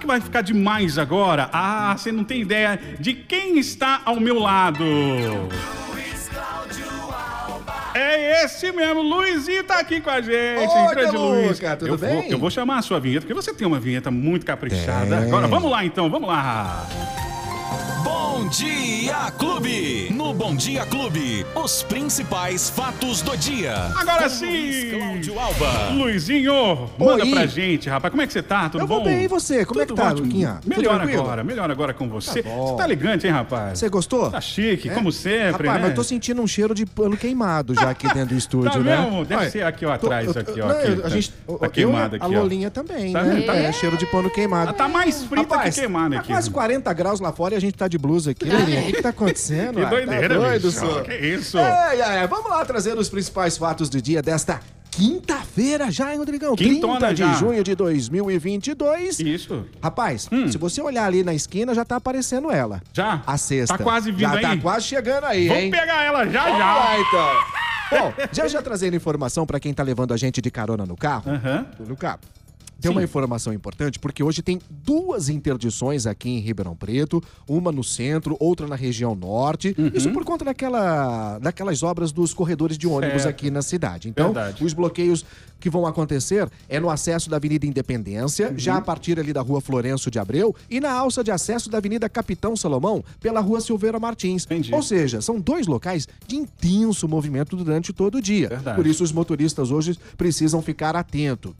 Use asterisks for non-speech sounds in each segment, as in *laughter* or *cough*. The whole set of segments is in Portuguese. que vai ficar demais agora? Ah, você não tem ideia de quem está ao meu lado. É esse mesmo, Luizinho tá aqui com a gente. Oi, Grande Deluca, Luiz. tudo eu Vou, bem? eu vou chamar a sua vinheta, porque você tem uma vinheta muito caprichada. Agora, vamos lá então, vamos lá. Bom Dia Clube! No Bom Dia Clube, os principais fatos do dia. Agora Com sim! Luiz Cláudio Alba. Luizinho, manda Oi. pra gente, rapaz. Como é que você tá? Tudo Eu bom? vou bem, e você? Como é que tá, ótimo. Luquinha? Tudo Melhor tranquilo? agora, melhor agora com você. Tá bom. você tá elegante, hein, rapaz? Você gostou? Tá chique, É? como sempre, Rapaz, né? mas eu tô sentindo um cheiro de pano queimado já aqui dentro *laughs* do estúdio, Tá né? mesmo? Deve Olha, ser aqui, ó, atrás, aqui, ó, não, aqui, eu- tá- a gente, tá eu- queimado eu, aqui, A ó. Lolinha também, Tá né? vendo? Tá é, vendo? cheiro de pano queimado. Ela tá mais frita Rapaz, que queimada tá aqui. né? quase 40 graus lá fora e a gente tá de blusa aqui, Lolinha. O que, que tá acontecendo? *laughs* Que Ah, doideira, tá doido, bicho. senhor. Que isso? É, é, é. Vamos lá trazer os principais fatos do dia desta quinta-feira já, hein, Rodrigão? Quintona 30 de já. junho de 2022. Isso. Rapaz, se você olhar ali na esquina, já tá aparecendo ela. Hum. Já? A sexta. Tá quase vindo já aí? tá quase chegando aí, Vamos hein? pegar ela já Vamos já. lá, então. Bom, já já trazendo informação pra quem tá levando a gente de carona no carro. Aham. No carro. Tem uma informação importante, porque hoje tem duas interdições aqui em Ribeirão Preto, uma no centro, outra na região norte. Uhum. Isso por conta daquela, daquelas obras dos corredores de ônibus Certo. aqui na cidade. Então, Verdade. os bloqueios que vão acontecer é no acesso da Avenida Independência, Uhum. já a partir ali da Rua Florencio de Abreu, e na alça de acesso da Avenida Capitão Salomão, pela Rua Silveira Martins. Entendi. Ou seja, são dois locais de intenso movimento durante todo o dia. Verdade. Por isso, os motoristas hoje precisam ficar atento.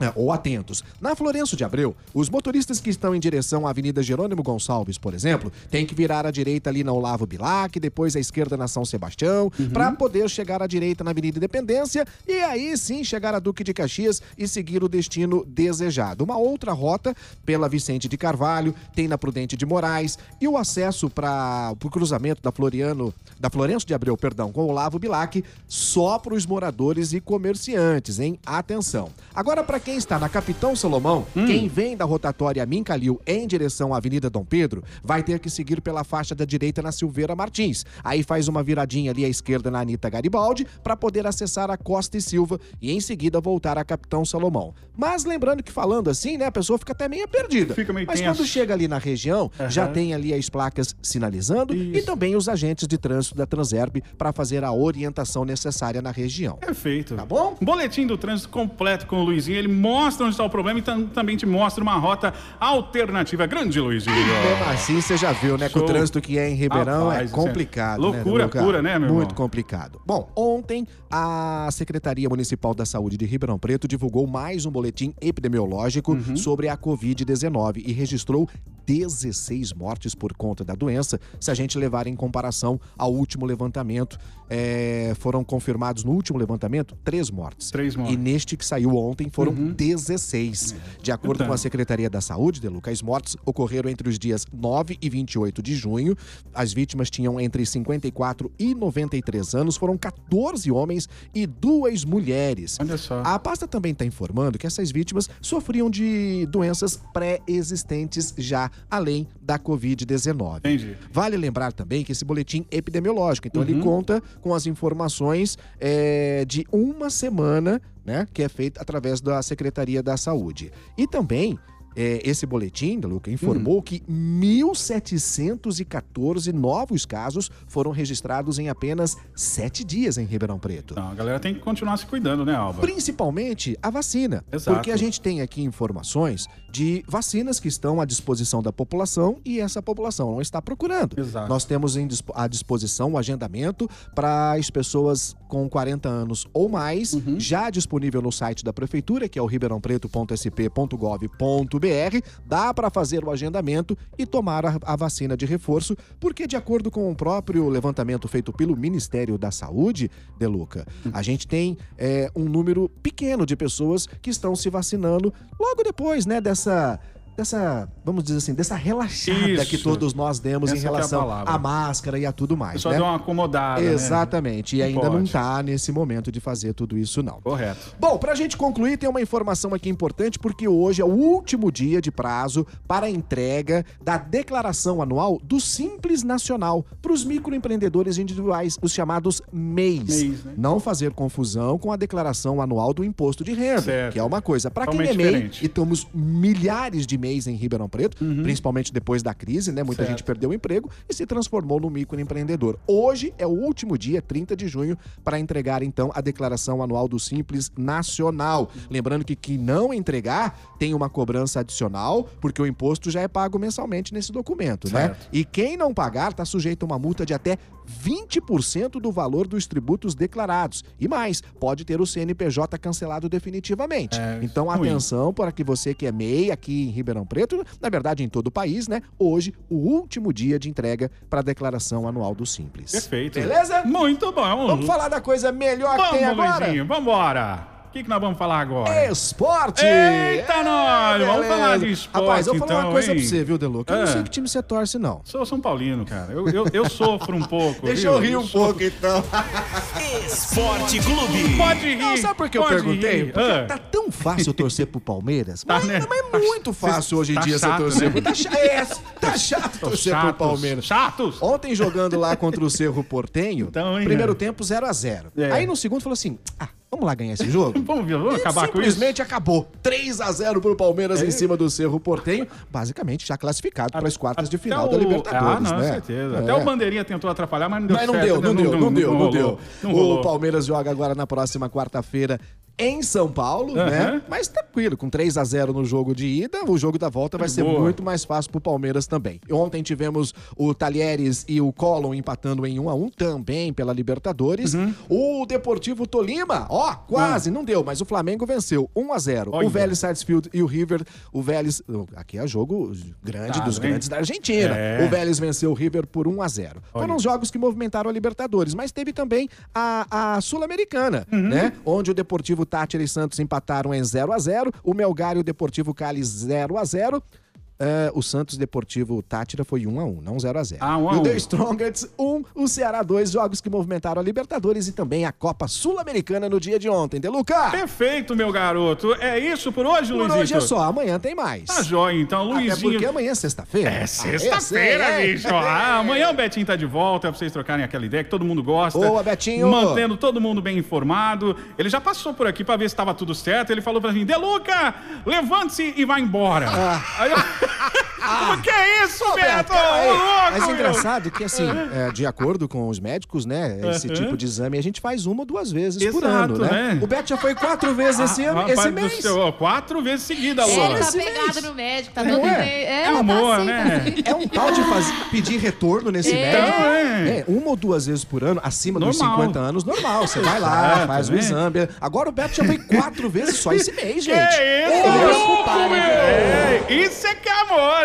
É, ou atentos. Na Florenço de Abreu, os motoristas que estão em direção à Avenida Jerônimo Gonçalves, por exemplo, têm que virar à direita ali na Olavo Bilac, depois à esquerda na São Sebastião, pra poder chegar à direita na Avenida Independência e aí sim chegar à Duque de Caxias e seguir o destino desejado. Uma outra rota pela Vicente de Carvalho, tem na Prudente de Moraes e o acesso para o cruzamento da Floriano, da Florenço de Abreu, perdão, com o Olavo Bilac, só para os moradores e comerciantes, hein? Atenção. Agora, para quem está na Capitão Salomão, Hum. quem vem da rotatória Mincalil em direção à Avenida Dom Pedro, vai ter que seguir pela faixa da direita na Silveira Martins. Aí faz uma viradinha ali à esquerda na Anitta Garibaldi para poder acessar a Costa e Silva e em seguida voltar à Capitão Salomão. Mas lembrando que falando assim, né, a pessoa fica até meio perdida. Fica meio Mas tenso. quando chega ali na região, já tem ali as placas sinalizando e Isso. também os agentes de trânsito da Transerp para fazer a orientação necessária na região. Perfeito. Tá bom? Boletim do trânsito completo com o Luizinho. Ele mostra onde está o problema e tam- também te mostra uma rota alternativa. Grande, Luizinho. Mesmo assim, você já viu, né? Com Show. o trânsito que é em Ribeirão Rapaz, é isso é complicado. loucura né, Deluca? pura, né, meu irmão? Muito complicado. Bom, ontem a Secretaria Municipal da Saúde de Ribeirão Preto divulgou mais um boletim epidemiológico Uhum. sobre a Covid-19 e registrou 16 mortes por conta da doença. Se a gente levar em comparação ao último levantamento, é, foram confirmados no último levantamento três mortes. Três mortes. E neste que saiu ontem foram Uhum. 16. De acordo Então. com a Secretaria da Saúde, Deluca, as mortes ocorreram entre os dias 9 e 28 de junho. As vítimas tinham entre 54 e 93 anos. Foram 14 homens e duas mulheres. Olha só. A pasta também está informando que essas vítimas sofriam de doenças pré-existentes já, além da Covid-19. Entendi. Vale lembrar também que esse boletim epidemiológico, então Uhum. ele conta com as informações eh, de uma semana, né, que é feito através da Secretaria da Saúde. E também eh, esse boletim, Luca, informou Uhum. que 1.714 novos casos foram registrados em apenas sete dias em Ribeirão Preto. Não, a galera tem que continuar se cuidando, né, Alba? Principalmente a vacina. Exato. Porque a gente tem aqui informações de vacinas que estão à disposição da população e essa população não está procurando. Exato. Nós temos em dispo- à disposição o agendamento para as pessoas com 40 anos ou mais, já disponível no site da prefeitura, que é o ribeirãopreto.sp.gov.br. Dá para fazer o agendamento e tomar a, a vacina de reforço, porque de acordo com o próprio levantamento feito pelo Ministério da Saúde, Deluca, a gente tem é, um número pequeno de pessoas que estão se vacinando logo depois, né, dessa dessa vamos dizer assim, dessa relaxada Isso. que todos nós demos Essa em que é a relação palavra. à máscara e a tudo mais, É Só né? deu uma acomodada. né? Exatamente. E Não ainda não pode. tá nesse momento de fazer tudo isso, não. Correto. Bom, pra gente concluir, tem uma informação aqui importante, porque hoje é o último dia de prazo para a entrega da declaração anual do Simples Nacional para os microempreendedores individuais, os chamados MEIs. MEIs, né? Não fazer confusão com a declaração anual do imposto de renda, Certo. que é uma coisa. Para quem é MEI, Totalmente diferente. e temos milhares de MEIs em Ribeirão Preto, principalmente depois da crise, né? Muita Uhum. Certo. gente perdeu o emprego e se transformou no microempreendedor. Hoje é o último dia, 30 de junho, para entregar então a declaração anual do Simples Nacional. Lembrando que quem não entregar tem uma cobrança adicional, porque o imposto já é pago mensalmente nesse documento, né? Certo. E quem não pagar está sujeito a uma multa de até 20% do valor dos tributos declarados. E mais, pode ter o CNPJ cancelado definitivamente. É, então, ruim. atenção para que você que é MEI aqui em Ribeirão Preto, na verdade em todo o país, né? Hoje, o último dia de entrega para a declaração anual do Simples. Perfeito. Beleza? Muito bom. Vamos falar da coisa melhor que tem Vamos, agora? Luizinho. Vambora. O que, que nós vamos falar agora? Esporte! É, Eita, nós! beleza. Vamos falar de esporte, Rapaz, eu vou falar uma então, coisa hein? pra você, viu, Deluca? Eu não Ah. sei que time você torce, não. Sou São Paulino, cara. Eu, eu, eu sofro um pouco. Deixa viu? eu rir um pouco, então. Esporte Clube. Pode rir. Não, sabe por que eu pode perguntei? rir. Porque Ah. tá tão fácil torcer pro Palmeiras. *laughs* Tá, mas, né? mas é muito fácil hoje em tá dia chato, você torcer. né? Tá, cha- é, tá chato torcer pro chatos, Palmeiras. chatos. Ontem jogando lá contra o Cerro Portenho, Então, hein, primeiro né? tempo 0 a 0 É. Aí no segundo falou assim, ah, vamos lá ganhar esse jogo? *laughs* Vamos ver, vamos E acabar com isso? Simplesmente acabou. 3 a 0 pro Palmeiras em cima do Cerro Portenho. Basicamente já classificado para as quartas de Até final da o- Libertadores, Ah, não, né? certeza. É. Até o Bandeirinha tentou atrapalhar, mas não deu Mas não certo. deu, não deu, não deu, não deu. rolou, Não rolou. O Palmeiras joga agora na próxima quarta-feira em São Paulo, Aham. né? Mas tranquilo, com 3 a 0 no jogo de ida, o jogo da volta vai ser boa. muito mais fácil pro Palmeiras também. E Ontem tivemos o Talheres e o Colon empatando em 1 a 1 também pela Libertadores. Uhum. O Deportivo Tolima, ó, quase, não deu, mas o Flamengo venceu 1 a 0. Ah. Olha. O Vélez Sarsfield e o River, o Vélez, aqui é jogo grande Tá, dos né? grandes da Argentina. É. O Vélez venceu o River por 1 a 0. Foram os jogos que movimentaram a Libertadores, mas teve também a, a Sul-Americana, Uhum. né? Onde o Deportivo Tátira e Santos empataram em 0 a 0, o Melgar e o Deportivo Cali 0 a 0. É, o Santos Deportivo Tátira foi 1 a 1, não 0 a 0. Ah, 1 a E o 1. The Strongest 1, o Ceará 2, jogos que movimentaram a Libertadores e também a Copa Sul-Americana no dia de ontem, É, Deluca. Perfeito, meu garoto. É isso por hoje, Por Luizito? hoje é só, amanhã tem mais. Tá jóia, então. Até Luizinho... porque amanhã é sexta-feira. É sexta-feira, Ah, é, bicho. Ah, amanhã o Betinho tá de volta pra vocês trocarem aquela ideia que todo mundo gosta. Boa, Betinho. Mantendo todo mundo bem informado. Ele já passou por aqui pra ver se tava tudo certo. Ele falou pra mim: Deluca, levante-se e vá embora. Ah. *laughs* Aí *laughs* eu... Como que é isso, Beto? Roberto, aí, Ô, louco, Mas meu. engraçado que, assim, é, de acordo com os médicos, né? Esse Aham. tipo de exame a gente faz uma ou duas vezes por Exato, ano, né? né? Ah, O Beto já foi quatro vezes esse, ano, Rapaz esse do mês. céu, ó, quatro vezes seguida, Ele Lola. tá Esse pegado mês. no médico, tá Não todo é? bem. É ela humor, tá assim, né? tá assim. É um tal de faz- pedir retorno nesse É. médico. Então, É. É, uma ou duas vezes por ano, acima dos Normal. 50 anos, normal. Você vai lá, Exato, faz o né? exame. Agora o Beto já foi quatro vezes só esse mês, gente. É isso, louco, meu. É, Isso é que é amor,